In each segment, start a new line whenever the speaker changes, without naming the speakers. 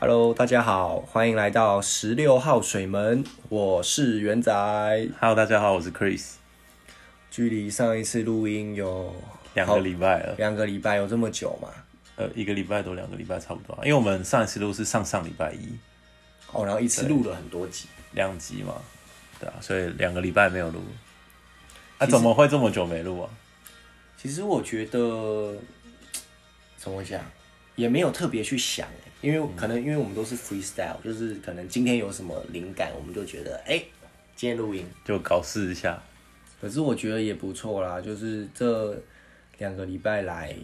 Hello，大家好，欢迎来到十六号水门，我是元仔。
Hello，大家好，我是 Chris。
距离上一次录音有
两个礼拜了，
两个礼拜，有这么久吗？
呃，一个礼拜多，两个礼拜差不多啊、因为我们上一次录是上上礼拜一
哦，然后一次录了很多集，
两集嘛，对啊，所以两个礼拜没有录。啊，怎么会这么久没录啊？
其实我觉得怎么讲，也没有特别去想欸，因为可能因为我们都是 freestyle，就是可能今天有什么灵感，我们就觉得哎、今天录音。
就搞试一下，
可是我觉得也不错啦，就是这两个礼拜来，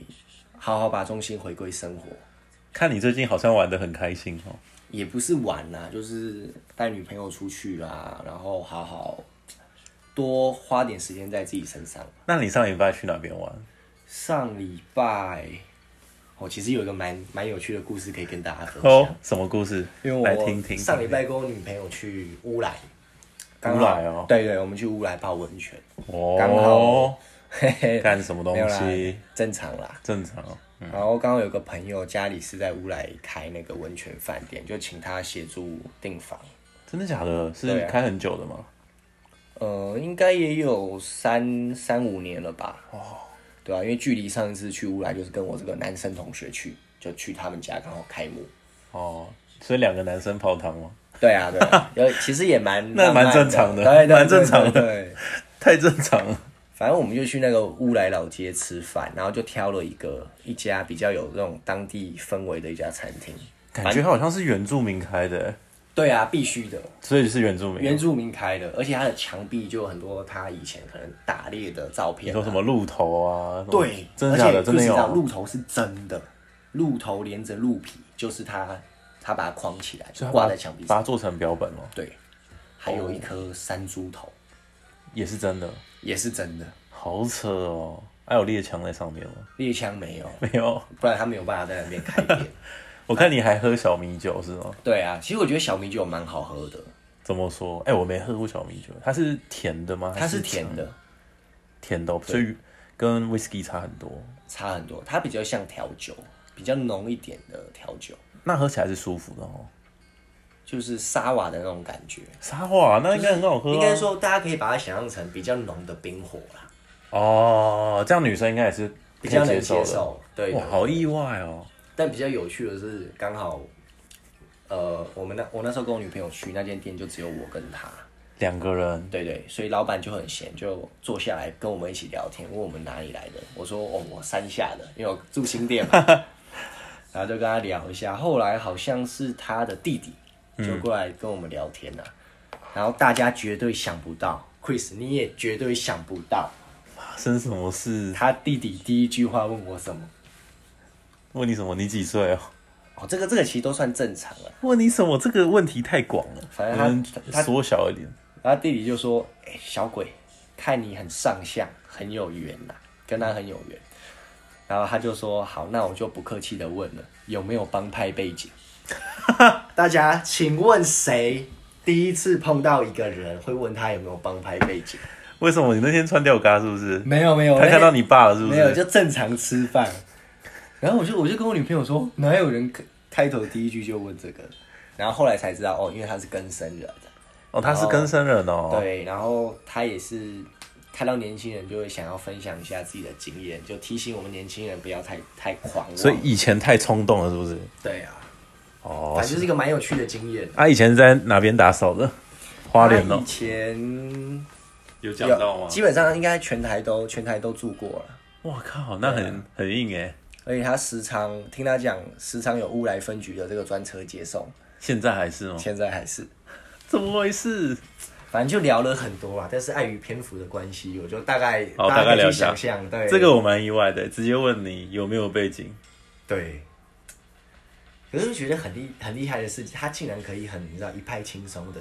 好好把重心回归生活。
看你最近好像玩的很开心哦。
也不是玩啦，就是带女朋友出去啦，然后好好多花点时间在自己身上。
那你上礼拜去哪边玩？
上礼拜，我、其实有一个蛮蛮有趣的故事可以跟大家分享，
哦，什么故事？
因为
来
我
听听。
上礼拜跟我女朋友去乌来，
乌来哦
对对，我们去乌来泡温泉，刚
哦
好，嘿嘿，
干什么 东
没有啦
西？，
正常啦。
正常哦。
然后刚刚有个朋友家里是在乌来开那个温泉饭店，就请他协助订房。
真的假的？
对
是
啊
开很久的吗？
呃，应该也有三三五年了吧？哦，对啊，因为距离上一次去乌来就是跟我这个男生同学去，就去他们家刚好开幕。
哦，所以两个男生泡汤吗？
对啊，对 啊，有其实也蛮
那蛮
浪漫
正常的
对对对
蛮正常的
对对
太正常了。
反正我们就去那个乌来老街吃饭，然后就挑了一个一家比较有那种当地氛围的一家餐厅。
感觉好像是原住民开的欸，
对啊，必须的，
所以是原住民。啊
原住民啊开的，而且它的墙壁就有很多他以前可能打猎的照
你
片、啊。
说什么鹿头啊？什么
对，
真的假的？
而且
真的
最
有
早
啊？
鹿头是真的，鹿头连着鹿皮，就是他他把它框起来，就
它
挂
把
在墙壁
把
上。
它做成标本哦，
对，还有一颗山猪头，
也是真的，
也是真的，
好扯哦！还有猎枪在上面吗？
猎枪没有，
没有，
不然他没有办法在那边开 店。
我看你还喝小米酒是吗？
对啊，其实我觉得小米酒蛮好喝的，
怎么说？哎、我没喝过小米酒，它是甜的吗？
它是
是
甜的，
甜的哦，所以跟 whisky 差很多。
差很多，它比较像调酒，比较浓一点的调酒，
那喝起来是舒服的哦。
就是沙瓦的那种感觉。
沙瓦那应该很好喝、啊，
应该说，大家可以把它想象成比较浓的冰火啦，
哦，这样女生应该也是
比较
可以
能接
的。
受。对，对
哇，好意外哦！
但比较有趣的是，刚好，呃，我们那我那时候跟我女朋友去那间店，就只有我跟她，
两个人
对对，所以老板就很闲，就坐下来跟我们一起聊天，问我们哪里来的。我说哦，我山下的，因为我住新店嘛，然后就跟他聊一下。后来好像是他的弟弟就过来跟我们聊天呐、啊然后大家绝对想不到，Chris 你也绝对想不到，
发生什么事？
他弟弟第一句话问我什么？
问你什么？你几岁哦？
哦，这个这个其实都算正常啊了。
问你什么？这个问题太广了，
反正
我
他
们
他
缩小一点。
然后弟弟就说：“哎、小鬼，看你很上相，很有缘呐、跟他很有缘。”然后他就说：“好，那我就不客气的问了，有没有帮派背景？” 大家请问谁第一次碰到一个人会问他有没有帮派背景？
为什么你那天穿吊嘎是不是？
没有没有
他看到你爸了是不
没有，
是？
就正常吃饭。然后我就我就跟我女朋友说，哪有人开头第一句就问这个？然后后来才知道哦，因为他是跟生人。
哦，他是跟生人哦。
对，然后他也是看到年轻人就会想要分享一下自己的经验，就提醒我们年轻人不要太太狂妄。
所以以前太冲动了是不是？
对啊，
哦
反，正就是一个蛮有趣的经验。啊
啊他以前在哪边打扫的？ 花莲
他
哦
以。前
有讲
有基本上应该全台都全台都住过了，
哇靠，那很
啊
很硬哎。
而且他时常听他讲，时常有乌来分局的这个专车接送，
现在还是吗？
现在还是。
怎么回事？
反正就聊了很多啊，但是碍于篇幅的关系，我就大概
好
大
哦大概
可以
聊
去
一下
想象，对
这个我蛮意外的，直接问你有没有背景。
对。可是觉得很厉很厉害的是，他竟然可以很你知道一派轻松的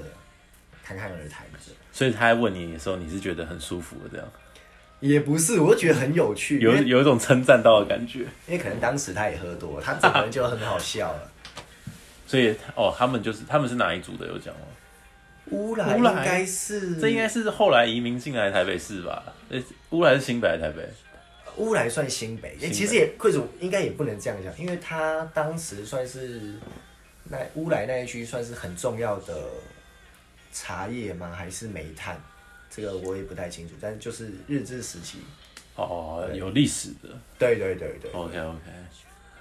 侃侃而谈着。
所以他在问你的时候，你是觉得很舒服的，这样
也不是，我就觉得很有趣，因
有
为
有一种称赞到的感觉。
因为可能当时他也喝多了，他整个人就很好笑了。
所以哦，他们就是他们是哪一组的？有讲吗？
乌来应
乌来
该是
这应该是后来移民进来台北市吧？呃，乌来是新北还是台北？
乌来算新北，
北
其实也贵族应该也不能这样讲，因为他当时算是那乌来那一区算是很重要的茶叶吗？还是煤炭？这个我也不太清楚，但就是日治时期，
哦，有历史的。
对对对对，
OK OK，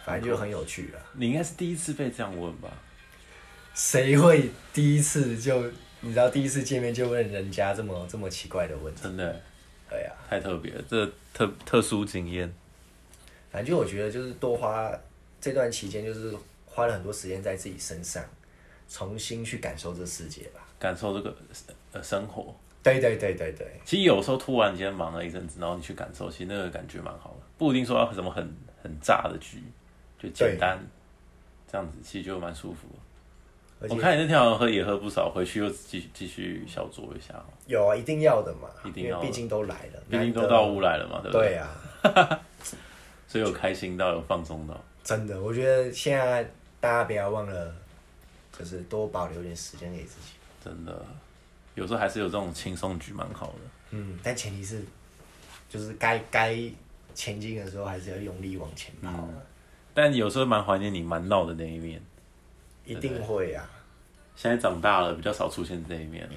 反正就很有趣啊。
你应该是第一次被这样问吧？
谁会第一次就你知道第一次见面就问人家这么这么奇怪的问题？
真的
对啊，
太特别了，这特特殊经验。
反正我觉得就是多花这段期间，就是花了很多时间在自己身上，重新去感受这世界吧。
感受这个呃生活。
对对对对对，
其实有时候突然间忙了一阵子，然后你去感受，其实那个感觉蛮好的，不一定说要什么很很炸的局，就简单这样子，其实就蛮舒服的。
而
我
且
看你那天好像喝也喝不少，回去又继续继续小酌一下哦，
有啊，一定要的嘛，
一定要的
因为毕竟都来了，
毕竟都
难得
到乌来了嘛，对不对？
对啊，
所以有开心到，有放松到。
真的，我觉得现在大家不要忘了，就是多保留点时间给自己。
真的，有时候还是有这种轻松局蛮好的。
嗯，但前提是，就是该该前进的时候，还是要用力往前跑
嗯
啊、
但有时候蛮怀念你蛮闹的那一面。
一定会啊。
现在长大了，比较少出现这一面了。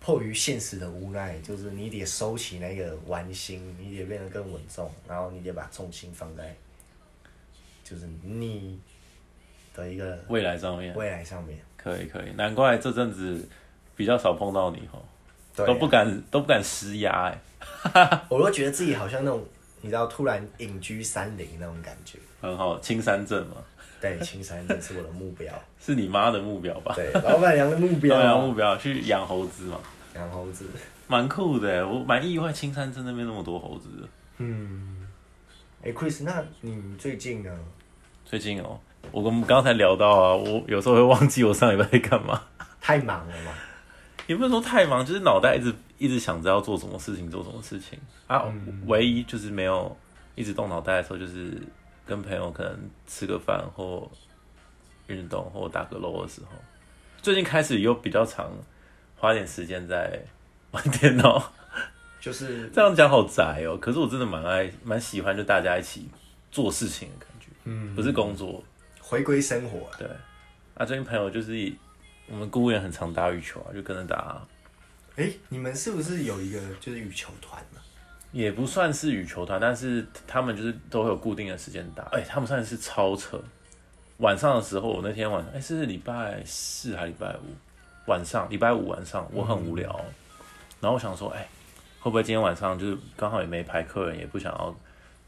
迫于现实的无奈，就是你得收起那个玩心，你得变得更稳重，然后你得把重心放在，就是你的一个
未来上面
未来上面。
可以可以，难怪这阵子比较少碰到你吼，
对啊、
都不敢都不敢施压哎、
我都觉得自己好像那种，你知道，突然隐居山林那种感觉。
很好。青山镇嘛，
对，青山这是我的目标，
是你妈的目标吧？
对，老板娘的目标
对啊，
啊，
目标去养猴子嘛，
养猴子。
蛮酷的、欸，我蛮意外青山镇那边那么多猴子的。
哎、c h r i s 那你最近呢？
最近哦、我跟我们刚才聊到啊，我有时候会忘记我上礼拜在干嘛，
太忙了嘛？
也不是说太忙，就是脑袋一直一直想着要做什么事情，做什么事情啊。唯一就是没有一直动脑袋的时候，就是跟朋友可能吃个饭或运动或打个 l 的时候。最近开始又比较常花点时间在玩电脑，
就是
这样讲好宅哦、可是我真的蛮爱蛮喜欢，就大家一起做事情的感觉，嗯，不是工作，
回归生活了。
对，啊，最近朋友就是以我们姑也很常打羽球啊，就跟着打，
哎、你们是不是有一个就是羽球团呢、
也不算是羽球团，但是他们就是都会有固定的时间打。哎、他们算是超扯。晚上的时候，我那天晚上，哎、是礼拜四还是礼拜五晚上？礼拜五晚上，我很无聊，然后我想说，哎、会不会今天晚上就是刚好也没排客人，也不想要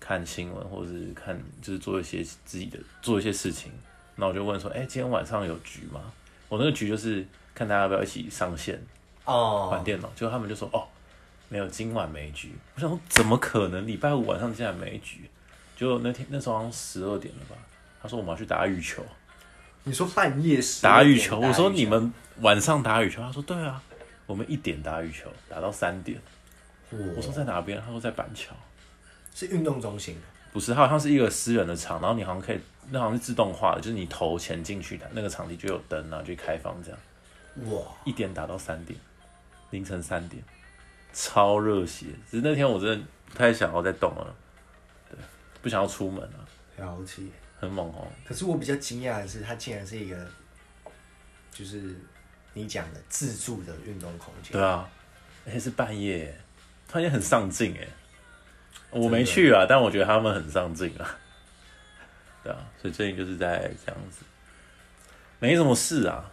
看新闻，或者是看就是做一些自己的做一些事情。那我就问说，哎、今天晚上有局吗？我那个局就是看大家要不要一起上线，玩
哦，
电脑，结果他们就说哦，没有，今晚没局。我想说怎么可能？礼拜五晚上竟然没局？结果那天那时候好像十二点了吧？他说我们要去打羽球，
你说半夜时
打羽球。我说你们晚上打羽球？他说对啊，我们一点打羽球，打到三点。我
我
说在哪边？他说在板桥。
是运动中心，
不是，它好像是一个私人的场，然后你好像可以，那好像是自动化的，就是你投钱进去，那个场地就有灯，然后就开放这样，
哇，
一点打到三点，凌晨三点，超热血。只是那天我真的不太想要再动了，对，不想要出门了，
了解。
很猛哦。
可是我比较惊讶的是，它竟然是一个，就是你讲的自助的运动空间。
对啊，而且是半夜，突然间很上进哎。我没去啊，但我觉得他们很上进啊。对啊，所以最近就是在这样子，没什么事啊。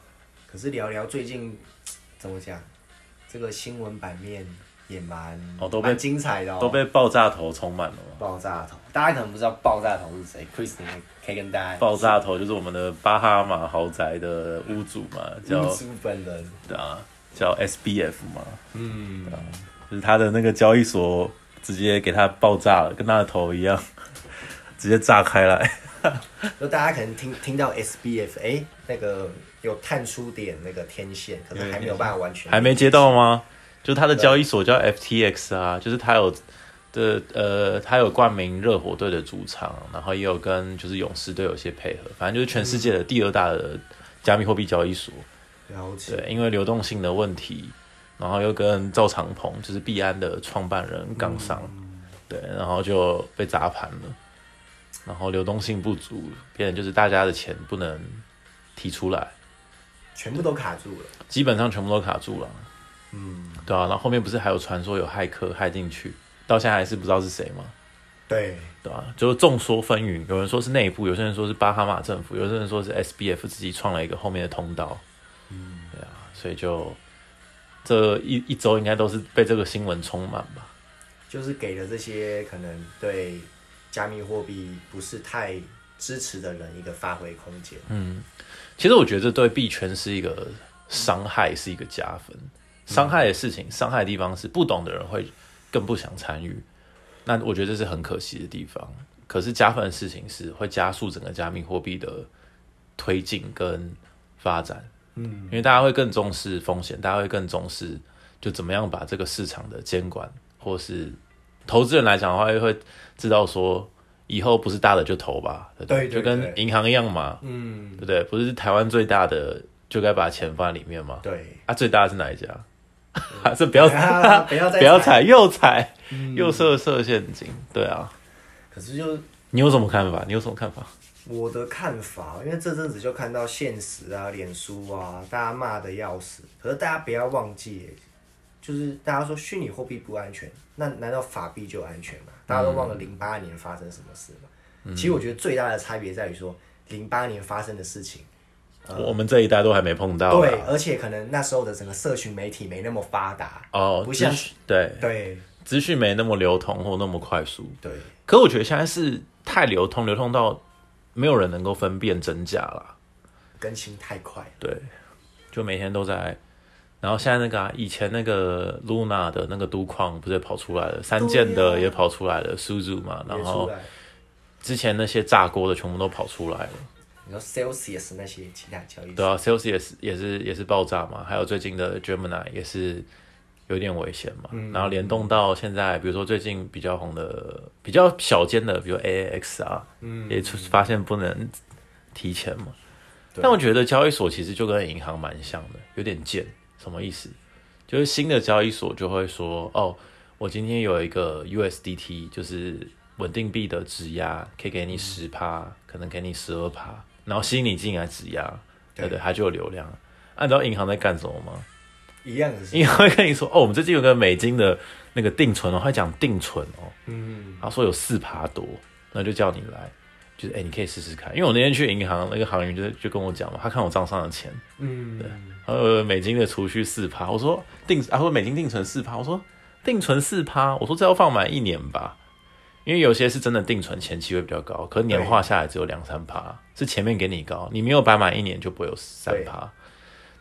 可是聊聊最近怎么讲，这个新闻版面也蛮
哦都被
蛮精彩的哦，
都被爆炸头充满了嘛。
爆炸头。大家可能不知道爆炸头是谁，Chris，你可以跟大家
爆炸头就是我们的巴哈马豪宅的屋主嘛，叫
屋主本人
对啊，叫 SBF 嘛，嗯，就是他的那个交易所直接给他爆炸了，跟他的头一样， 直接炸开来。
就大家可能听听到 SBF，哎、那个有探出点那个天线，可是还没有办法完全
还没接到吗？就他的交易所叫 FTX 啊，就是他有的呃，他有冠名热火队的主场，然后也有跟就是勇士队有些配合，反正就是全世界的第二大的加密货币交易所。
了解，
对，因为流动性的问题，然后又跟赵长鹏，就是币安的创办人杠上，对，然后就被砸盘了，然后流动性不足，变成就是大家的钱不能提出来，
全部都卡住了。
基本上全部都卡住了。嗯，对啊，然后后面不是还有传说有骇客骇进去，到现在还是不知道是谁吗？
对，
对吧、就是众说纷纭，有人说是内部，有些人说是巴哈马政府，有些人说是 SBF 自己创了一个后面的通道。嗯，对啊，所以就这一一周应该都是被这个新闻充满吧。
就是给了这些可能对加密货币不是太支持的人一个发挥空间。
嗯其实我觉得这对币圈是一个伤害，是一个加分。伤害的事情，伤害的地方是不懂的人会更不想参与，那我觉得这是很可惜的地方。可是加分的事情是会加速整个加密货币的推进跟发展，嗯，因为大家会更重视风险，大家会更重视就怎么样把这个市场的监管，或是投资人来讲的话，会知道说以后不是大的就投吧，对不
对对
就跟
对
银行一样嘛，嗯，对不对？不是台湾最大的就该把钱放在里面吗？
对，
啊，最大的是哪一家？还是不要
不要再 嗯
不要踩，又踩又设设陷阱，对啊。
可是就
你有什么看法？你有什么看法？
我的看法，因为这阵子就看到现实啊、脸书啊，大家骂的要死。可是大家不要忘记，就是大家说虚拟货币不安全，那难道法币就安全吗？大家都
嗯
忘了零八年发生什么事嘛。其实我觉得最大的差别在于说，零八年发生的事情，
我们这一代都还没碰到
呃对
啦，
而且可能那时候的整个社群媒体没那么发达，
哦，
不
资
像
讯对
对
资讯没那么流通或那么快速。
对，
可我觉得现在是太流通，流通到没有人能够分辨真假啦。
更新太快了，
对，就每天都在。然后现在那个、啊、以前那个露娜的那个都矿不是也跑出来了，三剑的
对啊
也跑出来了，Suzu 嘛，然
也
后
出来。
之前那些炸锅的全部都跑出来了，
你说 Celsius 那些其他交易所
对啊，Sales 也是也是也是爆炸嘛，还有最近的 Gemini 也是有点危险嘛，然后联动到现在，比如说最近比较红的、比较小间的，比如 AAX 啊，嗯，也出发现不能提前嘛。但我觉得交易所其实就跟银行蛮像的，有点贱，什么意思？就是新的交易所就会说，哦，我今天有一个 USDT，就是稳定币的质押，可以给你十趴、可能给你十二趴，然后吸引你进来质押，对对，它就有流量。啊、你知道银行在干什么吗？
一样的事情，
银行会跟你说，哦，我们最近有个美金的那个定存哦，他讲定存哦，
嗯，
他说有四趴多，那就叫你来，就是哎、你可以试试看，因为我那天去银行，那个行员就就跟我讲嘛，他看我账上的钱，
嗯，
他说美金的储蓄四趴，我说定，他、啊、说美金定存四趴，我说定存四趴，我说这要放满一年吧，因为有些是真的定存前期会比较高，可是年化下来只有两三趴，是前面给你高，你没有摆满一年就不会有三趴。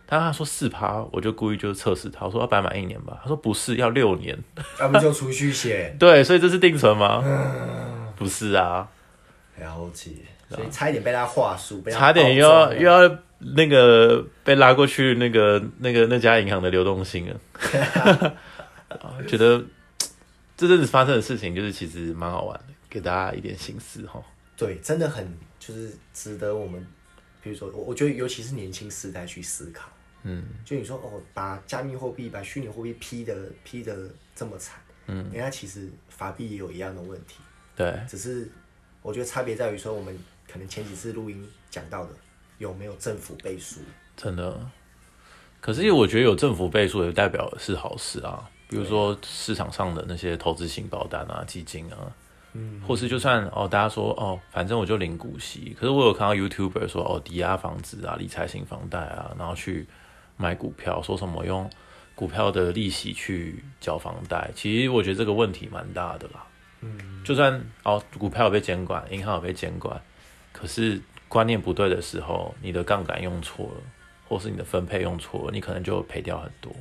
但他说四趴，我就故意就是测试他，我说要摆满一年吧，他说不是，要六年。
要不就储蓄险，
对，所以这是定存吗？ 不是啊，
了解，所以差一点被他话术，被他
差点又
暴
要
揍
又要那个被拉过去那个那个那家银行的流动性了。啊 觉得这阵子发生的事情，就是其实蛮好玩的，给大家一点心思哈。
对，真的很就是值得我们，比如说哦我我觉得尤其是年轻世代去思考，嗯，就你说哦，把加密货币、把虚拟货币批的批的这么惨，嗯，人家其实法币也有一样的问题，
对，
只是我觉得差别在于说我们可能前几次录音讲到的有没有政府背书，
真的。可是我觉得有政府背书也代表是好事啊，比如说市场上的那些投资型保单啊、基金啊，嗯，或是就算哦，大家说哦，反正我就领股息，可是我有看到 YouTuber 说哦，抵押房子啊、理财型房贷啊，然后去买股票，说什么用股票的利息去缴房贷，其实我觉得这个问题蛮大的啦。嗯，就算哦，股票有被监管，银行有被监管，可是观念不对的时候，你的杠杆用错了。或是你的分配用错，你可能就赔掉很多。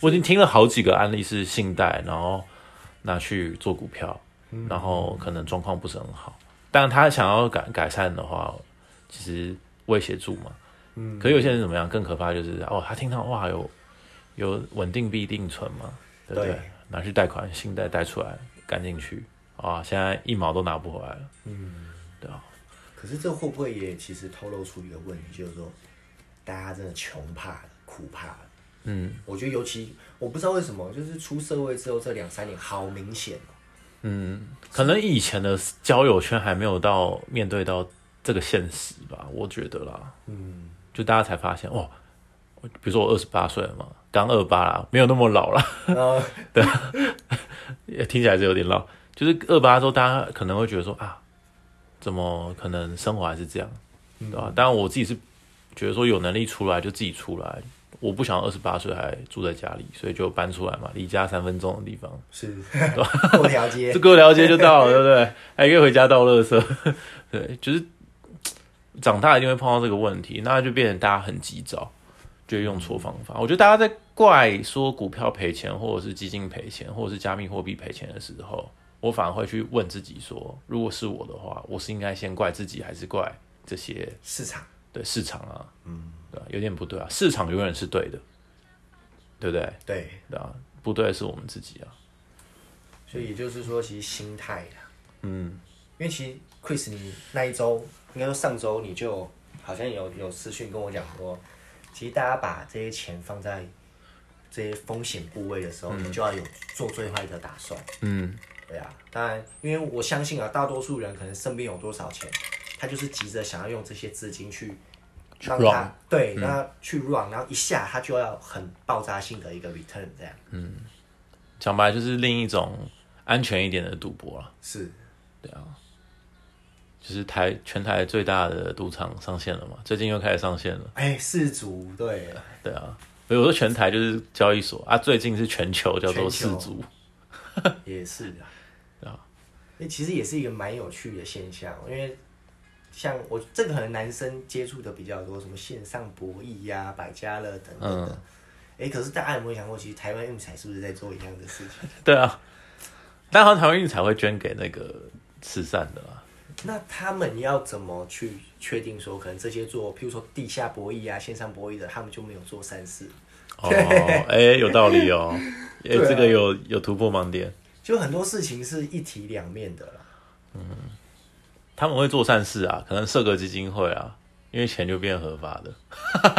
我已经听了好几个案例是信贷，然后拿去做股票，然后可能状况不是很好。但他想要改改善的话，其实威胁住嘛。嗯。可有些人怎么样？更可怕就是哦，他听到哇有有稳定币定存嘛，对不对？
对
拿去贷款，信贷贷出来，赶进去啊，现在一毛都拿不回来了。
可是这会不会也其实透露出一个问题，就是说大家真的穷怕了，苦怕了。嗯，我觉得尤其我不知道为什么，就是出社会之后这两三年好明显哦。
可能以前的交友圈还没有到面对到这个现实吧，我觉得啦。嗯，就大家才发现哇，我比如说我二十八岁了嘛，刚二八啦，没有那么老啦，
呃，
也听起来是有点老。就是二八之后，大家可能会觉得说啊，怎么可能生活还是这样，对吧、当然我自己是觉得说有能力出来就自己出来，我不想二十八岁还住在家里，所以就搬出来嘛，离家三分钟的地方。
是 过条街
这，过了解就到了，对不对？ 还可以回家倒垃圾， 对，就是长大一定会碰到这个问题，那就变成大家很急躁，就用错方法。我觉得大家在怪说股票赔钱，或者是基金赔钱，或者是加密货币赔钱的时候，我反而会去问自己说，如果是我的话，我是应该先怪自己，还是怪这些
市场
对市场啊？嗯，对吧，有点不对啊，市场永远是对的，对不对？
对，
对啊，不对的是我们自己啊。
所以也就是说，其实心态啦，嗯，因为其实 Chris 你那一周，应该说上周你就好像有有私讯跟我讲说，其实大家把这些钱放在这些风险部位的时候，你就要有做最坏的打算，
嗯，
对啊，当然，因为我相信啊，大多数人可能身边有多少钱，他就是急着想要用这些资金去
去
让他对，让他去 run，然后一下他就要很爆炸性的一个 return，这样
讲白了就是另一种安全一点的赌博了，
是
就是台全台最大的赌场上线了嘛，最近又开始上线了，
哎，氏族对，
对啊，所以我说全台就是交易所啊，最近是全球叫做
全
四
球
足，
也是啊，
对啊，
那其实也是一个蛮有趣的现象，因为像我这个可能男生接触的比较多，什么线上博弈呀、百家乐等等
嗯
的，哎、可是大家有没有想过，其实台湾运彩是不是在做一样的事情？
对啊，但好像台湾运才会捐给那个慈善的啦，
那他们要怎么去确定说，可能这些做，譬如说地下博弈啊、线上博弈的，他们就没有做善事？
哦，哎、有道理哦，哎、
对啊
这个有有突破盲点，
就很多事情是一体两面的 啦。
他们会做善事啊，可能设个基金会啊，因为钱就变合法的，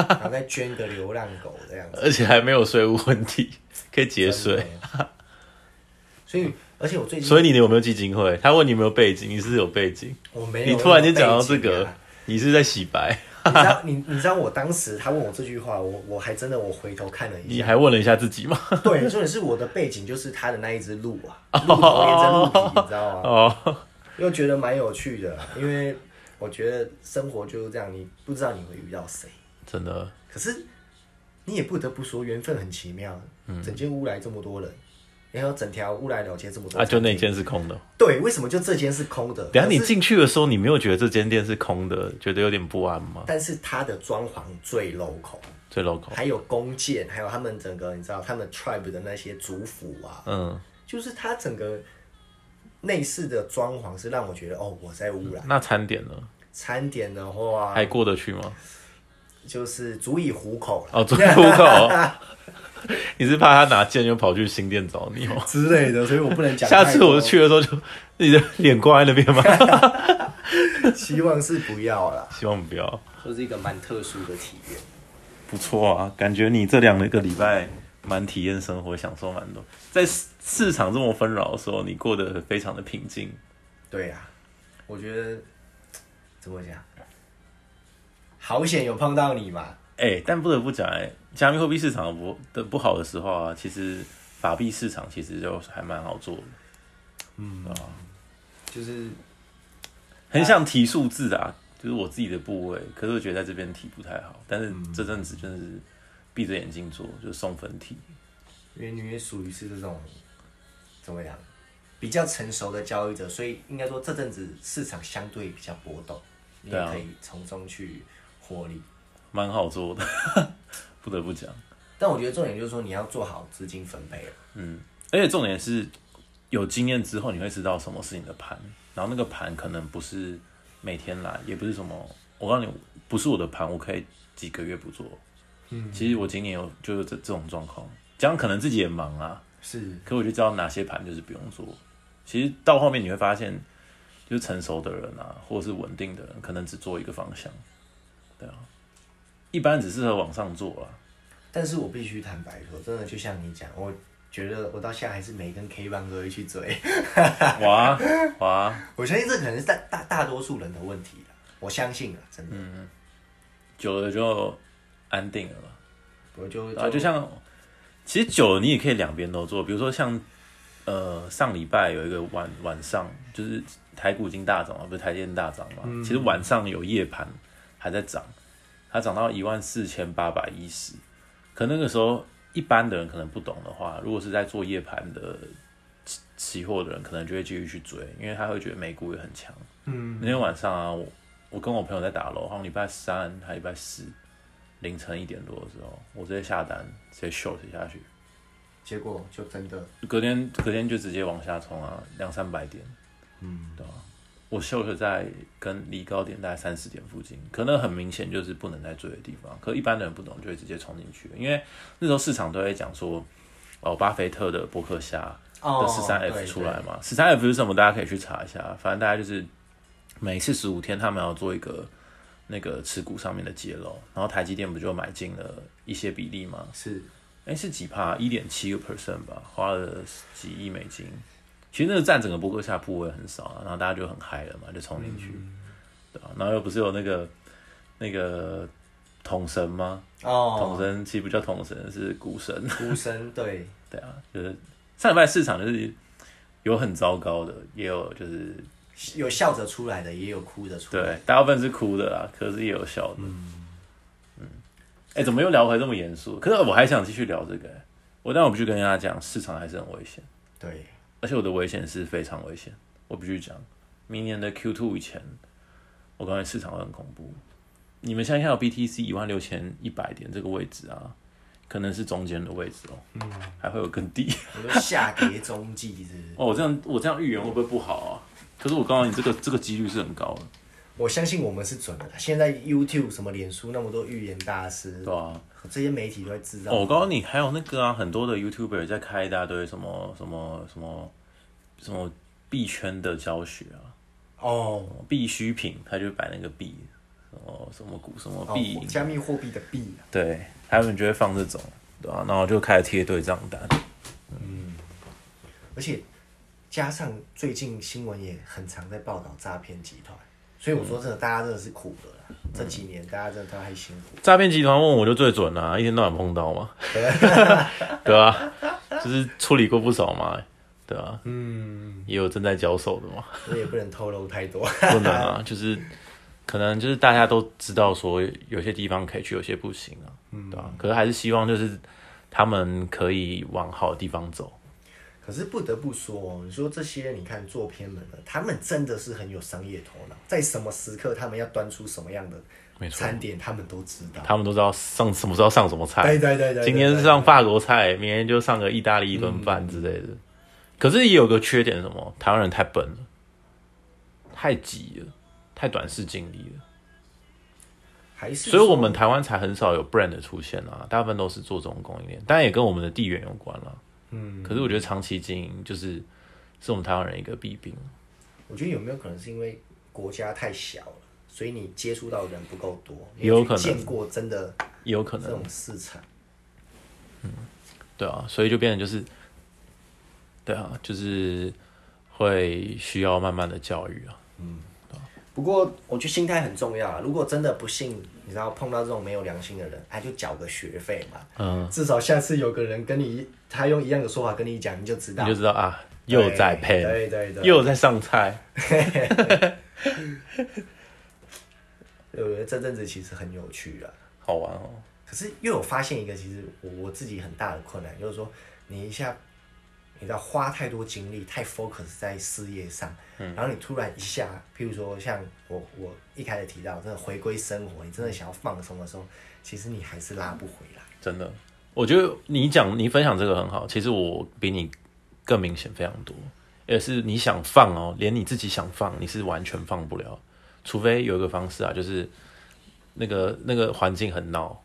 然后再捐个流浪狗这样子，
而且还没有税务问题，可以节 税。
真的。所以，而且我最近，
嗯所以
以
你有没有基金会？他问你有没有背景，你是有背景。
我没有、
你突然间讲到这个
啊，
你是在洗白？
你知道，你你知道我当时他问我这句话，我我还真的我回头看了一
你
下，
还问了一下自己吗？
对，重点是我的背景就是他的那一只鹿 啊，鹿头变成鹿皮，你知道吗？
哦，
又觉得蛮有趣的，因为我觉得生活就是这样，你不知道你会遇到谁，
真的，
可是你也不得不说缘分很奇妙。
嗯
整间屋来这么多人，然后整条乌来了街这么多
啊，
餐
就
厅，
那间是空的。
对，为什么就这间是空的？
等一下你
可是
进去的时候，你没有觉得这间店是空的，觉得有点不安吗？
但是它的装潢最 local，
最 local，
还有弓箭，还有他们整个你知道他们 tribe 的那些族服啊，
嗯，
就是它整个内饰的装潢是让我觉得哦，我在乌来。
那餐点呢？
餐点的话，
还过得去吗？
就是足以糊口了。
哦，住出口。 你是怕他拿剑就跑去新店找你哦？
之类的，所以我不能讲
下
太多。
次我去的时候就你的脸挂在 那边吗？
希望是不要啦，
希望不要。
这是一个蛮特殊的体验。
不错啊，感觉你这两个礼拜蛮体验生活，享受蛮多。在市市场这么纷扰的时候，你过得非常的平静。
对啊，我觉得怎么讲，好险有碰到你嘛。
哎、但不得不讲，哎，加密货币市场不的不好的时候啊，其实法币市场其实就还蛮好做的，
就是
很想提数字啊，就是我自己的部位，可是我觉得在这边提不太好。但是这阵子真的是闭着眼睛做，就是送分题。
因为你也属于是这种怎么讲，比较成熟的交易者，所以应该说这阵子市场相对比较波动，你
对
也
啊
可以从中去获利。
蛮好做的， 不得不讲。
但我觉得重点就是说你要做好资金分配了。
而且重点是，有经验之后你会知道什么是你的盘，然后那个盘可能不是每天来，也不是什么，我告诉你，不是我的盘，我可以几个月不做。嗯，其实我今年有就是这这种状况，这样可能自己也忙啊，
是，
可我就知道哪些盘就是不用做。其实到后面你会发现，就是成熟的人啊，或者是稳定的人，可能只做一个方向，对啊，一般只适合往上做啦。啊
但是我必须坦白说，真的就像你讲，我觉得我到现在还是没跟 K 棒哥一起追。
哇哇，
啊
嗯
我相信这可能是大大大多数人的问题了，我相信了，真的。
久了就安定了嘛。
我就
啊，就像其实久了你也可以两边都做，比如说像呃上礼拜有一个晚晚上，就是台股已经大涨了，不是台电大涨嘛，其实晚上有夜盘还在涨，它涨到一万四千八百一十，可那个时候一般的人可能不懂的话，如果是在做夜盘的。期期货的人可能就会继续去追，因为他会觉得美股也很强。嗯，那天晚上啊，我我跟我朋友在打楼，好像礼拜三还礼拜四，凌晨一点多的时候，我直接下单，直接 short 下去，
结果就真的
隔天隔天就直接往下冲啊，两三百点，嗯，对吧、我 short 在跟离高点大概三十点附近，可能很明显就是不能再追的地方，可一般的人不懂就会直接冲进去，因为那时候市场都会讲说，哦，巴菲特的伯克夏
哦
的十三 F 出来嘛，十三 F 是什么？大家可以去查一下，反正大家就是每次十五天他们要做一个。那个持股上面的揭露，然后台积电不就买进了一些比例吗？
是
哎、是几趴？一点七个 percent 吧，花了几亿美金。其实那个占整个博客下部位很少、啊，然后大家就很嗨了嘛，就冲进去，对啊吧、然后又不是有那个那个统神吗？统
哦，
神其实不叫统神，是股神。
无声对，
对啊，就是上礼拜市场就是有很糟糕的，也有就是
有笑着出来的，也有哭着出来。
对，大部分是哭的啦，可是也有笑的。嗯哎、怎么又聊回这么严肃？可是我还想继续聊这个、欸我但我必须跟大家讲，市场还是很危险。
对，
而且我的危险是非常危险，我必须讲，明年的 Q two 以前，我感觉市场会很恐怖。你们现在看到 BTC 一万六千一百点这个位置啊，可能是中间的位置哦，还会有更低。
我就下跌中 计是不是
哦，我这样我这样预言会不会不好啊？可是我告诉你，这个这个几率是很高的，
我相信我们是准的啦。现在 YouTube 什么脸书那么多预言大师，
对啊。
这些媒体都在制造。
哦，我告诉你，还有那个啊，很多的 YouTuber 在开一大堆什么什么什么什么币圈的教学啊，
哦，
必需品，他就摆那个币，什么什么股，什么
哦
币，
加密货币的币啊，
对，他们就会放这种，对啊吧、然后就开始贴对账单，
而且加上最近新闻也很常在报道诈骗集团，所以我说真的，大家真的是苦了啦。这几年大家真的都太辛苦，
诈骗集团问我就最准啦、啊一天到晚碰到 嘛，对吧、就是处理过不少嘛，对吧、嗯，也有正在交手的嘛，
我也不能透露太多。
不能啊，就是可能就是大家都知道说有些地方可以去，有些不行啊，
嗯
对吧、可是还是希望就是他们可以往好的地方走，
可是不得不说哦，你说这些你看做偏门的，他们真的是很有商业头脑，在什么时刻他们要端出什么样的
没错。
餐点，他们都知道。
他们都知道上什么时候上什么菜，
对对对对对嗯
今天是上法国菜，明天就上个意大利炖饭之类的。可是也有个缺点，是什么？台湾人太笨了，太急了，太短视近利了，
还是
所以我
说
们台湾才很少有 brand 的出现啊，大部分都是做这种供应链，当然也跟我们的地缘有关啦。嗯，可是我觉得长期经营就是是我们台湾人一个弊病。
我觉得有没有可能是因为国家太小了，所以你接触到的人不够多，
也有可能
你去见过真的
也有可
这
能
种市场。
对啊，所以就变成就是，对啊，就是会需要慢慢的教育啊。
不过我觉得心态很重要啊。如果真的不幸，你知道碰到这种没有良心的人，哎，就缴个学费嘛。嗯，至少下次有个人跟你，他用一样的说法跟你讲，你就知
你
道
就知道啊，又在配，
对对对，
又在上菜。
对我觉得这阵子其实很有趣啊。
好玩哦。
可是又有发现一个，其实我我自己很大的困难，就是说你一下，你知道花太多精力，太 focus 在事业上，
嗯
然后你突然一下，譬如说像我我一开始提到，真的回归生活，你真的想要放松的时候，其实你还是拉不回来。
真的，我觉得你讲你分享这个很好，其实我比你更明显非常多，也是你想放哦，连你自己想放，你是完全放不了，除非有一个方式啊，就是那个那个环境很闹。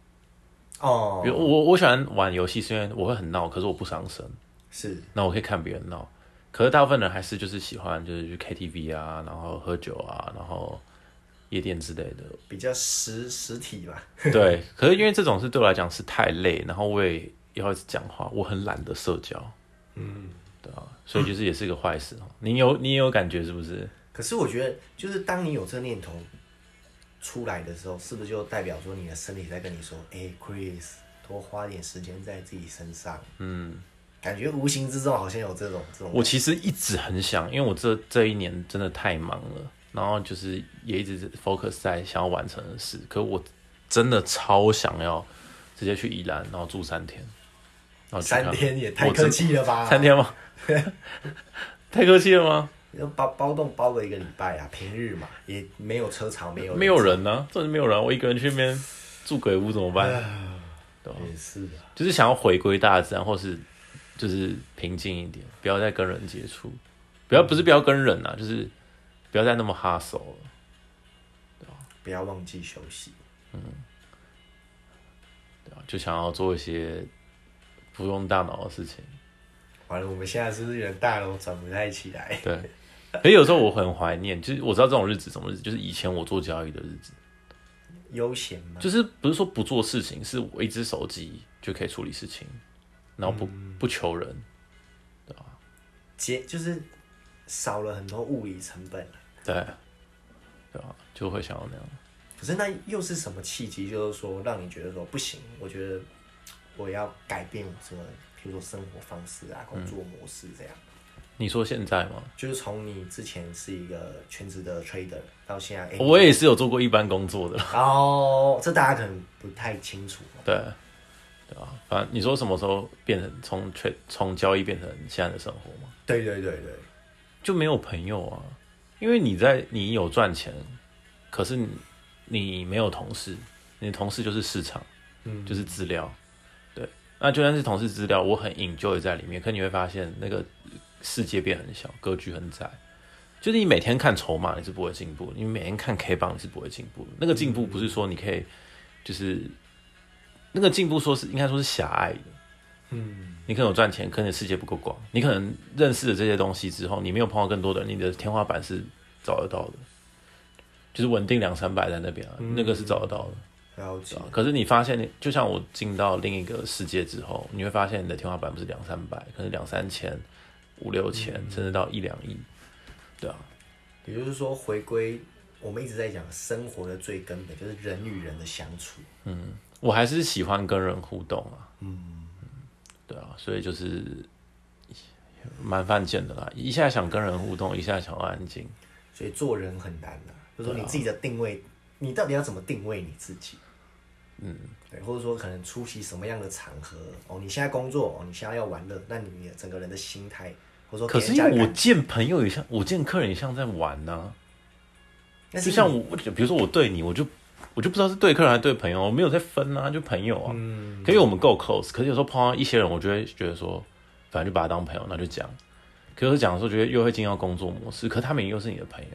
哦
比，如我我喜欢玩游戏，是因为我会很闹，可是我不伤身，
是
那我可以看别人闹。可是大部分人还是就是喜欢就是去 KTV 啊，然后喝酒啊，然后夜店之类的。
比较实实体吧。
对，可是因为这种事对我来讲是太累，然后我也要一直讲话，我很懒得社交。嗯，对啊，所以就是也是个坏事哦。你有你也有感觉是不是？
可是我觉得，就是当你有这个念头出来的时候，是不是就代表说你的身体在跟你说，哎、c h r i s 多花点时间在自己身上。嗯，感觉无形之中好像有这种这种
我其实一直很想，因为我这这一年真的太忙了，然后就是也一直 focus 在想要完成的事，可我真的超想要直接去宜兰，然后住三天，然后去看
三天也太
我真
客气了吧？
三 天吗？太客气了吗？
要包包栋包了一个礼拜啊，平日嘛，也没有车场，没有
没有人呢、啊，真的没有人，我一个人去那边住鬼屋怎么办？
也是啊。
就是想要回归大自然，或是就是平静一点，不要再跟人接触，不要不是不要跟人啊，就是不要再那么哈手了。
不要忘记休息。
对啊就想要做一些不用大脑的事情。
完了，我们现在是不是有点大楼转不太起来？
对，可是有时候我很怀念，就是我知道这种日子什么日子，就是以前我做交易的日子，
悠闲嘛，
就是不是说不做事情，是我一只手机就可以处理事情，然后不、不求人。
节就是少了很多物理成本。啊
对，对吧、就会想要那样。
可是那又是什么契机？就是说，让你觉得说不行，我觉得我要改变我这个，比如说生活方式啊、工作模式这样。
你说现在吗？
就是从你之前是一个全职的 trader 到现在，哎、
我也是有做过一般工作的，
哦，这大家可能不太清楚哦。
对，对啊，反正你说什么时候变成从 trade 从交易变成现在的生活吗？
对对对对，
就没有朋友啊，因为你在你有赚钱，可是你你没有同事，你的同事就是市场，
嗯，
就是资料，对，那就算是同事资料，我很 enjoy 在里面，可你会发现那个世界变很小，格局很窄。就是你每天看筹码，你是不会进步；你每天看 K 棒，你是不会进步的。那个进步不是说你可以，就是那个进步，说是应该说是狭隘的。
嗯，
你可能有赚钱，可能世界不够广，你可能认识了这些东西之后，你没有碰到更多的人，你的天花板是找得到的，就是稳定两三百在那边啊，那个是找得到的。
了解
对啊。可是你发现你，就像我进到另一个世界之后，你会发现你的天花板不是两三百，可能两三千、五六千，甚至到一两亿，对啊，
也就是说，回归我们一直在讲生活的最根本，就是人与人的相处。
我还是喜欢跟人互动啊。嗯，对啊，所以就是蛮犯贱的啦，一下想跟人互动，一下想要安静。
所以做人很难呐、就是
啊
说你自己的定位，你到底要怎么定位你自己？嗯，对，或者说可能出席什么样的场合哦，你现在工作哦，你现在要玩乐，那你整个人的心态，或者说
可是
给
因
人家
为我
感
见朋友也像，我见客人也像在玩呢、
但是
就像我，比如说我对你，我就我就不知道是对客人还是对朋友，我没有在分啊，就朋友啊。嗯。可因为我们够 close，可是有时候碰到一些人，我就会觉得说，反正就把他当朋友，那就讲。可是讲的时候，觉得又会进到工作模式，可他们又是你的朋友，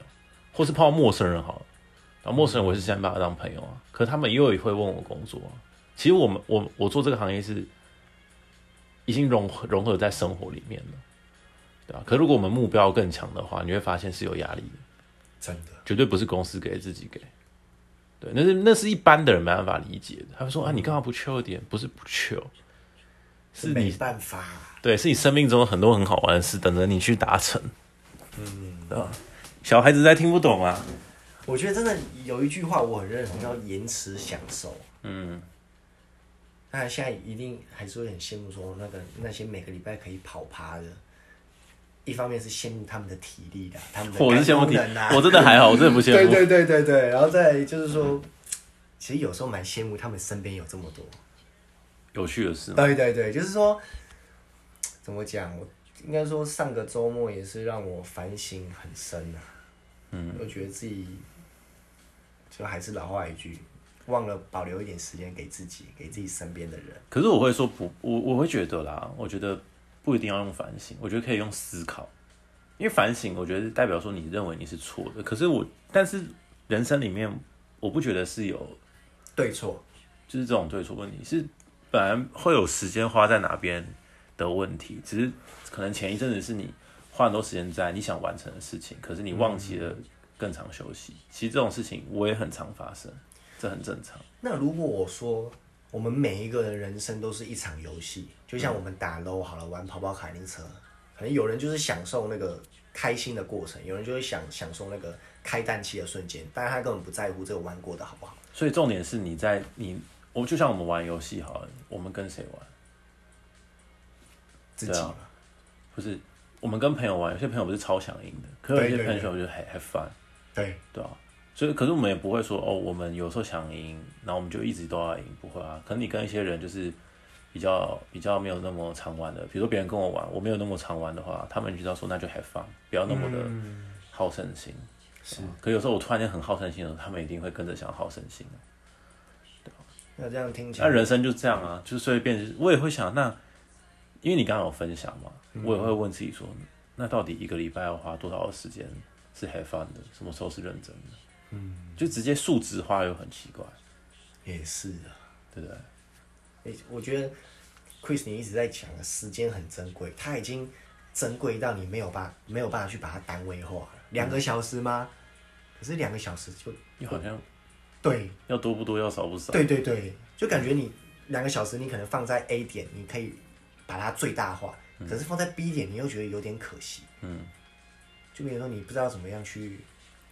或是碰到陌生人好了，然后陌生人我也是先把他当朋友啊，可他们又会问我工作啊。其实我们我我做这个行业是已经融合融合在生活里面了，对吧、可如果我们目标更强的话，你会发现是有压力的。
真的
绝对不是公司给自己给。对，那是那是一般的人没办法理解的。他会说
嗯
啊，你干嘛不求一点？不是不求，
是
是
没
你
办法、啊
对，是你生命中很多很好玩的事等着你去达成。嗯，啊，小孩子在听不懂啊。
我觉得真的有一句话我很认同，叫延迟享受。嗯。那现在一定还是会很羡慕说那个那些每个礼拜可以跑趴的，一方面是羡慕他们的体力啦，他们的
我是羡慕
感
你
动能啊，
我真的还好，我真的不羡
对
慕。
对对对对，然后再来就是说，其实有时候蛮羡慕他们身边有这么多。
有趣的事吗，
对对对，就是说，怎么讲？我应该说上个周末也是让我反省很深啊。嗯，我觉得自己就还是老话一句，忘了保留一点时间给自己，给自己身边的人。
可是我会说不，我我会觉得啦，我觉得不一定要用反省，我觉得可以用思考，因为反省我觉得代表说你认为你是错的，可是我但是人生里面我不觉得是有
对错，
就是这种对错问题，是本来会有时间花在哪边的问题，只是可能前一阵子是你花很多时间在你想完成的事情，可是你忘记
嗯
了更常休息。其实这种事情我也很常发生，这很正常。
那如果我说我们每一个人人生都是一场游戏，就像我们打 LO 好了，玩跑跑卡丁车，可能有人就是享受那个开心的过程，有人就会享享受那个开氮气的瞬间，但是他根本不在乎这个弯过的好不好。
所以重点是你在你，我就像我们玩游戏好了，我们跟谁玩？
自己
对啊不是我们跟朋友玩，有些朋友不是超想赢的，可有
对
些
对
朋
对
友就还还烦，
对，
对啊。所以，可是我们也不会说哦，我们有时候想赢，然后我们就一直都要赢，不会啊。可能你跟一些人就是比较比较没有那么常玩的，比如说别人跟我玩，我没有那么常玩的话，他们就知道说那就还放，不要那么的好胜心。是，可有时候我突然间很好胜心的时候，他们一定会跟着想好胜心。啊
那这样听起
那
来，
人生就这样啊，就是所以变成我也会想，那因为你刚刚有分享嘛，我也会问自己说，那到底一个礼拜要花多少时间是 have fun 的，什么时候是认真的？嗯，就直接数值化又很奇怪，
也是啊。
对不对？
诶我觉得 Chris 你一直在讲的时间很珍贵，它已经珍贵到你没有办没有办法去把它单位化了。两个小时吗？
嗯
可是两个小时就
又好像
对
要多不多，要少不少。
对对对，就感觉你两个小时你可能放在 A 点，你可以把它最大化，可是放在 B 点你又觉得有点可惜。
嗯，
就比如说你不知道怎么样去。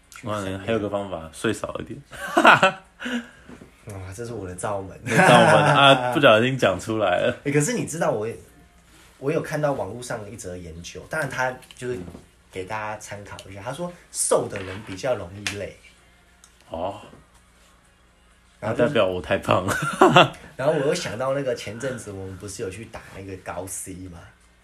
去
哇，
衡
还有个方法，睡少一 点，
量哇，这是我的罩门。
让我们啊不小心讲出来了。
欸，可是你知道我，我有看到网络上一则研究，当然他就是给大家参考一下。他说瘦的人比较容易累，啊
哦，
然
那
后就
代
是
表我太胖了。
然后我又想到那个前阵子我们不是有去打那个高 C 嘛？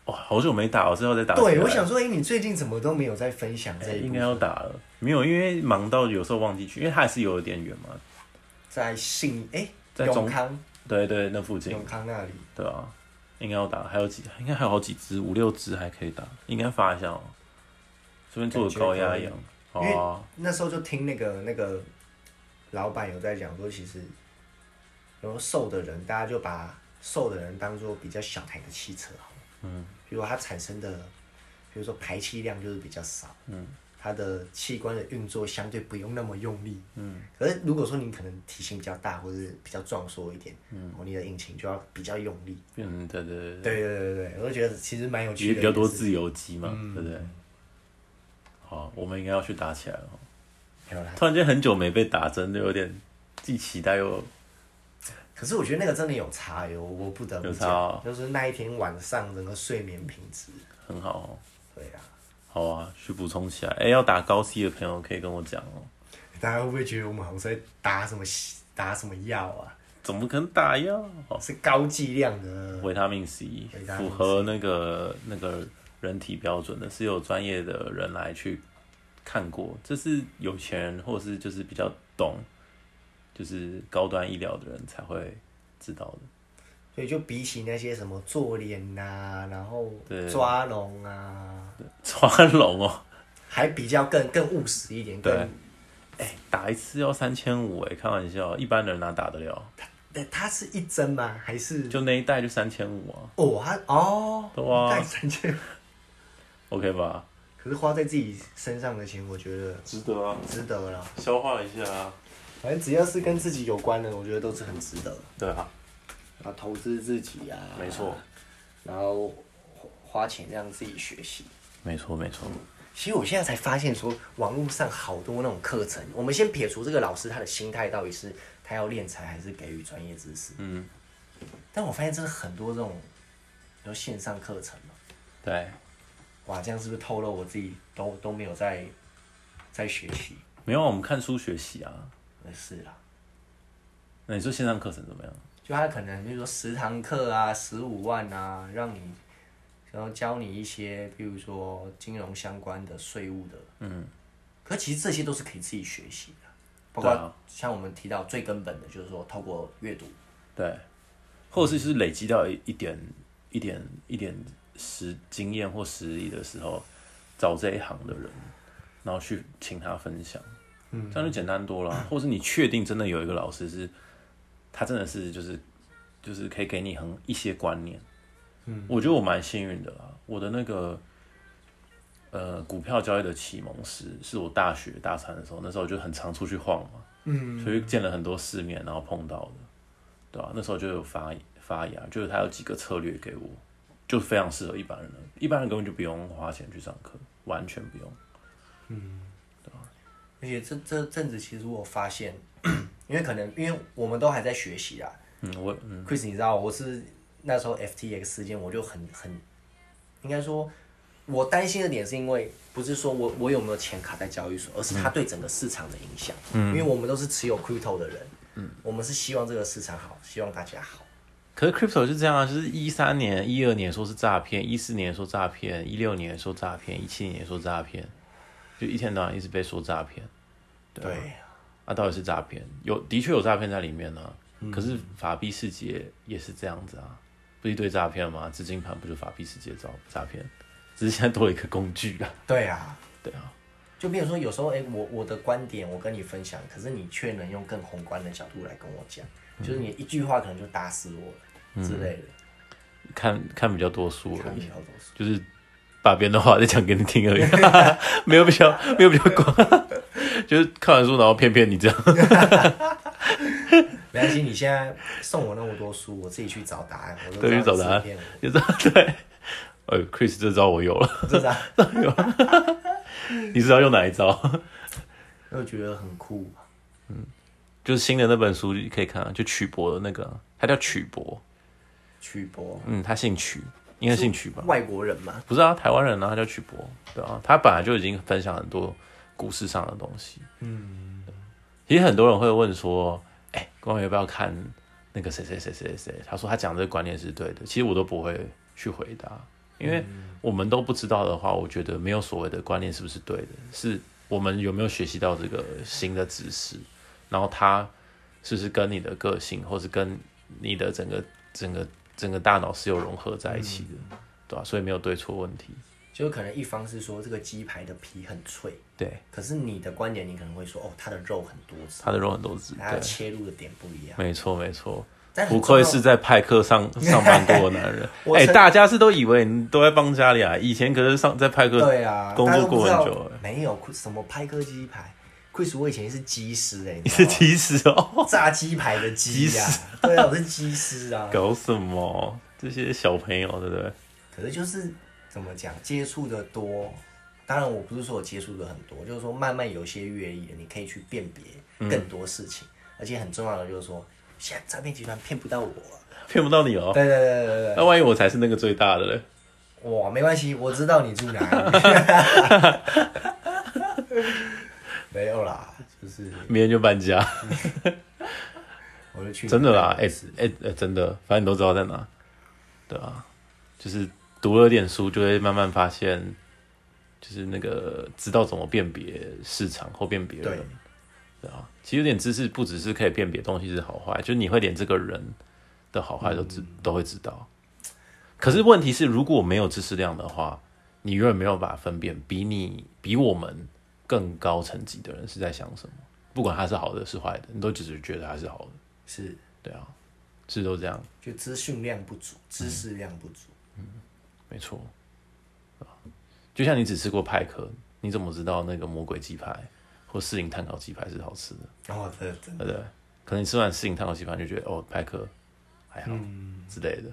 哇，好久没打，我之后再打起来。哎
对，我想说，哎、你最近怎么都没有在分享这一部
应
分？
该要打了，没有，因为忙到有时候忘记去，因为它还是有一点远嘛。
在信哎、
在中
永康
对对，那附近
永，康那里，
对啊，应该要打，还有几，应该还有好几只，五六只还可以打，应该发一下哦。顺便做个高压氧，好
觉可以
啊，
那时候就听那个那个老板有在讲说，其实然后瘦的人，大家就把瘦的人当做比较小台的汽车好了。
嗯，
比如它产生的，比如说排气量就是比较少，
嗯，
它的器官的运作相对不用那么用力，
嗯，
可是如果说你可能体型比较大或者是比较壮硕一点，嗯，你的引擎就要比较用力，
嗯，对对对对，
对对对对对，我就觉得其实蛮有
其
趣的，
实比较多，自由基嘛，
嗯
对不对？好，我们应该要去打起来了哦。
没有啦。
突然间很久没被打，真的有点既期待又
可是我觉得那个真的有差哟，我不得不
有
讲，
差哦
就是那一天晚上整个睡眠品质，
很好哦。
对啊，
好啊，去补充起来。哎，要打高 C 的朋友可以跟我讲哦。
大家会不会觉得我们好像在打什么打什么药啊？
怎么可能打药？哦
是高剂量的，
维他命 C
维他命 C
符合那个那个人体标准的，是有专业的人来去看过，这是有钱人或是就是比较懂，就是高端医疗的人才会知道的。
所以就比起那些什么做脸呐、然后
对
抓龙啊，
抓龙哦，
还比较更更务实一点，
对
更
哎、打一次要三千五哎，开玩笑，一般人哪打得了？
对，它是一针吗？还是
就那一袋就三千五啊
哦，它哦，
对啊
带三千，
，OK 吧？
可是花在自己身上的钱，我觉得
值得啊，
值得了。
消化一下啊。
反正只要是跟自己有关的，我觉得都是很值得。
对啊，
啊，投资自己啊，
没错，
然后花钱让自己学习。
没错，没错。
其实我现在才发现说网络上好多那种课程，我们先撇除这个老师他的心态到底是他要练财还是给予专业知识，
嗯，
但我发现真的很多这种，比如线上课程嘛。
对，
哇，这样是不是透露我自己都都没有在在学习？
没有啊我们看书学习啊。
呃是啦，
那你说线上课程怎么样？
就他可能比如说十堂课啊，十五万啊，让你然后教你一些，比如说金融相关的税务的，
嗯，
可其实这些都是可以自己学习的，包
对啊
括像我们提到最根本的，就是说透过阅读，
对，或者是就是累积到一一点一点一点实经验或实力的时候，找这一行的人，然后去请他分享，嗯，这样就简单多了 啊。或者你确定真的有一个老师是，他真的是就是就是可以给你很一些观念，嗯，我觉得我蛮幸运的啦，我的那个。呃，股票交易的启蒙师是我大学大三的时候，那时候就很常出去晃嘛，嗯，所以见了很多世面，然后碰到的，对啊，那时候就有发发芽，就是他有几个策略给我，就非常适合一般人了。一般人根本就不用花钱去上课，完全不用。
哎、而且这这阵子其实我发现， 因为可能因为我们都还在学习啊
嗯，我嗯
Chris，你知道我是那时候 FTX 事件，我就很很，应该说，我担心的点是因为不是说我我有没有钱卡在交易所，而是它对整个市场的影响。嗯，因为我们都是持有 crypto 的人，嗯，我们是希望这个市场好，希望大家好。
可是 crypto 就这样啊，就是一三年、一二年说是诈骗，一四年说诈骗，一六年说诈骗，一七年说诈骗，就一天到晚一直被说诈骗。
对
啊，到底是诈骗？有的确有诈骗在里面呢、啊可是法币世界也是这样子啊，不是一堆诈骗吗？资金盘不就法币世界造诈骗？只是现在多了一个工具啦。
对啊，
对啊，
就比如说有时候，哎、我我的观点我跟你分享，可是你却能用更宏观的角度来跟我讲，就是你一句话可能就打死我了之类的。
看看比较多书而
看
已
比，较多书
就是把别人的话再讲给你听而已， 没有比较没有比较广， 就是看完书然后骗骗你这样。
没关系，你现在送我那么多书，我自己去找答案，我都
对，去
知道
找
你
答案
是骗我，
就这样对。呃、c h r i s 这招我有了，
我知道，
你知道用哪一招？
又觉得很酷。
就是新的那本书可以看啊，就曲博的那个啊，他叫曲博，
曲博，
嗯，他姓曲，应该姓曲吧？
外国人嘛，
不是啊，台湾人啊，他叫曲博，对啊，他本来就已经分享很多股市上的东西。嗯，其实很多人会问说，哎、光宇要不要看那个谁谁谁谁谁？他说他讲这个观念是对的，其实我都不会去回答，因为我们都不知道的话，我觉得没有所谓的观念是不是对的，是我们有没有学习到这个新的知识，然后它是不是跟你的个性，或是跟你的整个整个整个大脑是有融合在一起的。对吧、啊所以没有对错问题。
就可能一方是说这个鸡排的皮很脆，
对，
可是你的观点你可能会说，哦，它的肉很多汁，
他的肉很多汁。
它要
对，
切入的点不一样。
没错没错。
但很
不愧
重
是
要
在派 克上上班过的男人。
我
哎、
曾
大家是都以为你都在帮家里啊，以前可是上在派克
对啊，
工
大家
作
都不
过
知道
很久、哎，
没有什么拍哥鸡排。Chris，我以前是鸡师哎，你
你
知
是
道吗
其实哦，
炸鸡排的鸡呀、对啊，我是鸡师啊。
搞什么？这些小朋友对不对？
可是就是怎么讲，接触的多，当然我不是说我接触的很多，就是说慢慢有一些阅历了，你可以去辨别更多事情，而且很重要的就是说，现在诈骗集团骗不到我啊、
骗不到你哦。
对对对对对
那万一我才是那个最大的嘞？
对，哇，没关系，我知道你住哪里。没有啦，就是
明天就搬家，
我就去
真的啦！哎哎哎，真的，反正你都知道在哪，对啊，就是读了点书，就会慢慢发现，就是那个知道怎么辨别市场或辨别人
对，
对啊，其实有点知识不只是可以辨别东西是好坏，就你会连这个人的好坏都知、
嗯
都会知道。可是问题是，如果没有知识量的话，你永远没有办法分辨比你比我们更高层级的人是在想什么，不管他是好的是坏的，你都只是觉得他是好的，
是
对啊，是都这样，
就资讯量不足，知识量不足，
没错，对吧就像你只吃过派克，你怎么知道那个魔鬼鸡排或四零碳烤鸡排是好吃的？
然后这真的
对不对？可能你吃完四零碳烤鸡排就觉得哦，派克还好、之类的。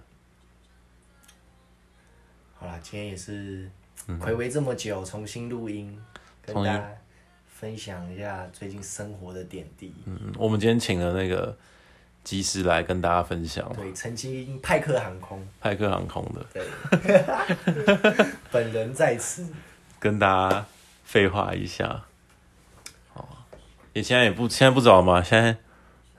好啦，今天也是暌违这么久，重新录音，跟
嗯重新
大家分享一下最近生活的点滴。
嗯，我们今天请了那个技师来跟大家分享
对，曾经派克航空，
派克航空的，
对，本人在此。
跟大家废话一下。好，也现在也不现在不早嘛，现在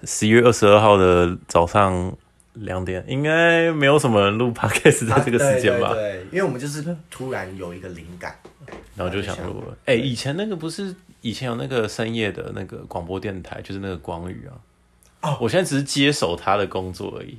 十一月二十二号的早上两点，应该没有什么人录 podcast 在 这个时间吧？
啊对对对，因为我们就是突然有一个灵感，
然后就想录了。哎、以前那个不是以前有那个深夜的那个广播电台，就是那个光宇啊。
哦
我现在只是接手他的工作而已。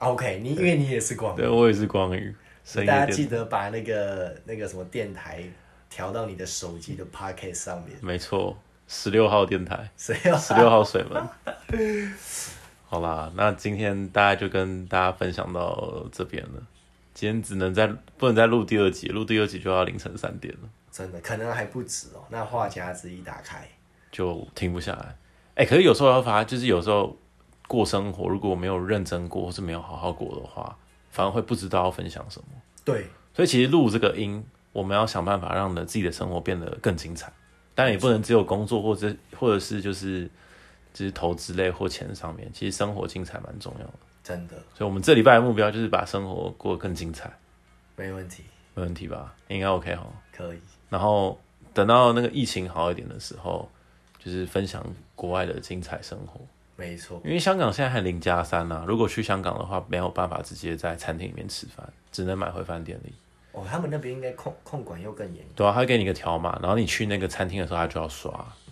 OK，你因为你也是广播，
对我也是光宇，深夜
哦大家
电
记
台，
得把那个那个什么电台调到你的手机的 Pocket 上面，
没错，十六号电台，
所以要
十六号水门。 好啦，那今天大家就跟大家分享到这边了。今天只能再不能再录第二集，录第二集就要凌晨三点了，
真的可能还不止哦。那话匣子一打开，
就停不下来。哎、可是有时候要发，就是有时候过生活，如果没有认真过，或是没有好好过的话，反而会不知道要分享什么。
对，
所以其实录这个音，我们要想办法让你的自己的生活变得更精彩。当然也不能只有工作，或者或者是就是就是投资类或钱上面，其实生活精彩蛮重要的。
真的
所以我们这礼拜的目标就是把生活过得更精彩，
没问题，
没问题吧？应该 OK 哈。
可以。
然后等到那个疫情好一点的时候，就是分享国外的精彩生活。
没错，
因为香港现在还零加三啦，如果去香港的话，没有办法直接在餐厅里面吃饭，只能买回饭店里。
哦，他们那边应该控控管又更严。
对啊，他会给你一个条码，然后你去那个餐厅的时候，他就要刷，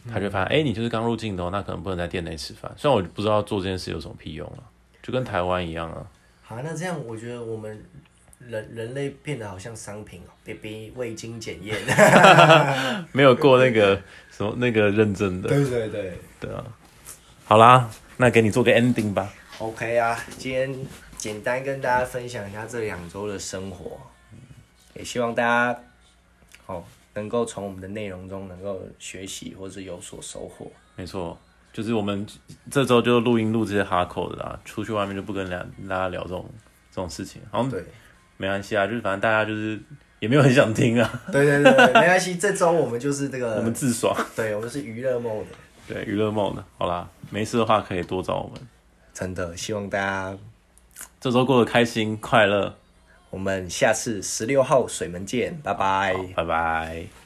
他就会发现，哎、你就是刚入境的哦，那可能不能在店内吃饭。虽然我不知道做这件事有什么屁用啊，就跟台湾一样啊。
好，那这样我觉得我们人人类变得好像商品哦，被被未经检验。
没有过那个什么那个认证的。
对对对
对啊，好啦，那给你做个 ending 吧。
，OK 啊，今天简单跟大家分享一下这两周的生活，
也希望大家哦能够从我们的内容中能够学习或是有所收获。
没错，就是我们这周就录音录这些哈口的啦，出去外面就不跟大家大家聊这种这种事情，好像
对
没关系啊，就是反正大家就是也没有很想听啊，
对对对，对没关系，这周 我们就是这
我们
个，
自爽。
对我们是娱乐 mode，
对，娱乐梦的，好啦，没事的话可以多找我们。
真的，希望大家
这周过得开心快乐，
我们下次十六号水门见，拜拜。
好拜拜。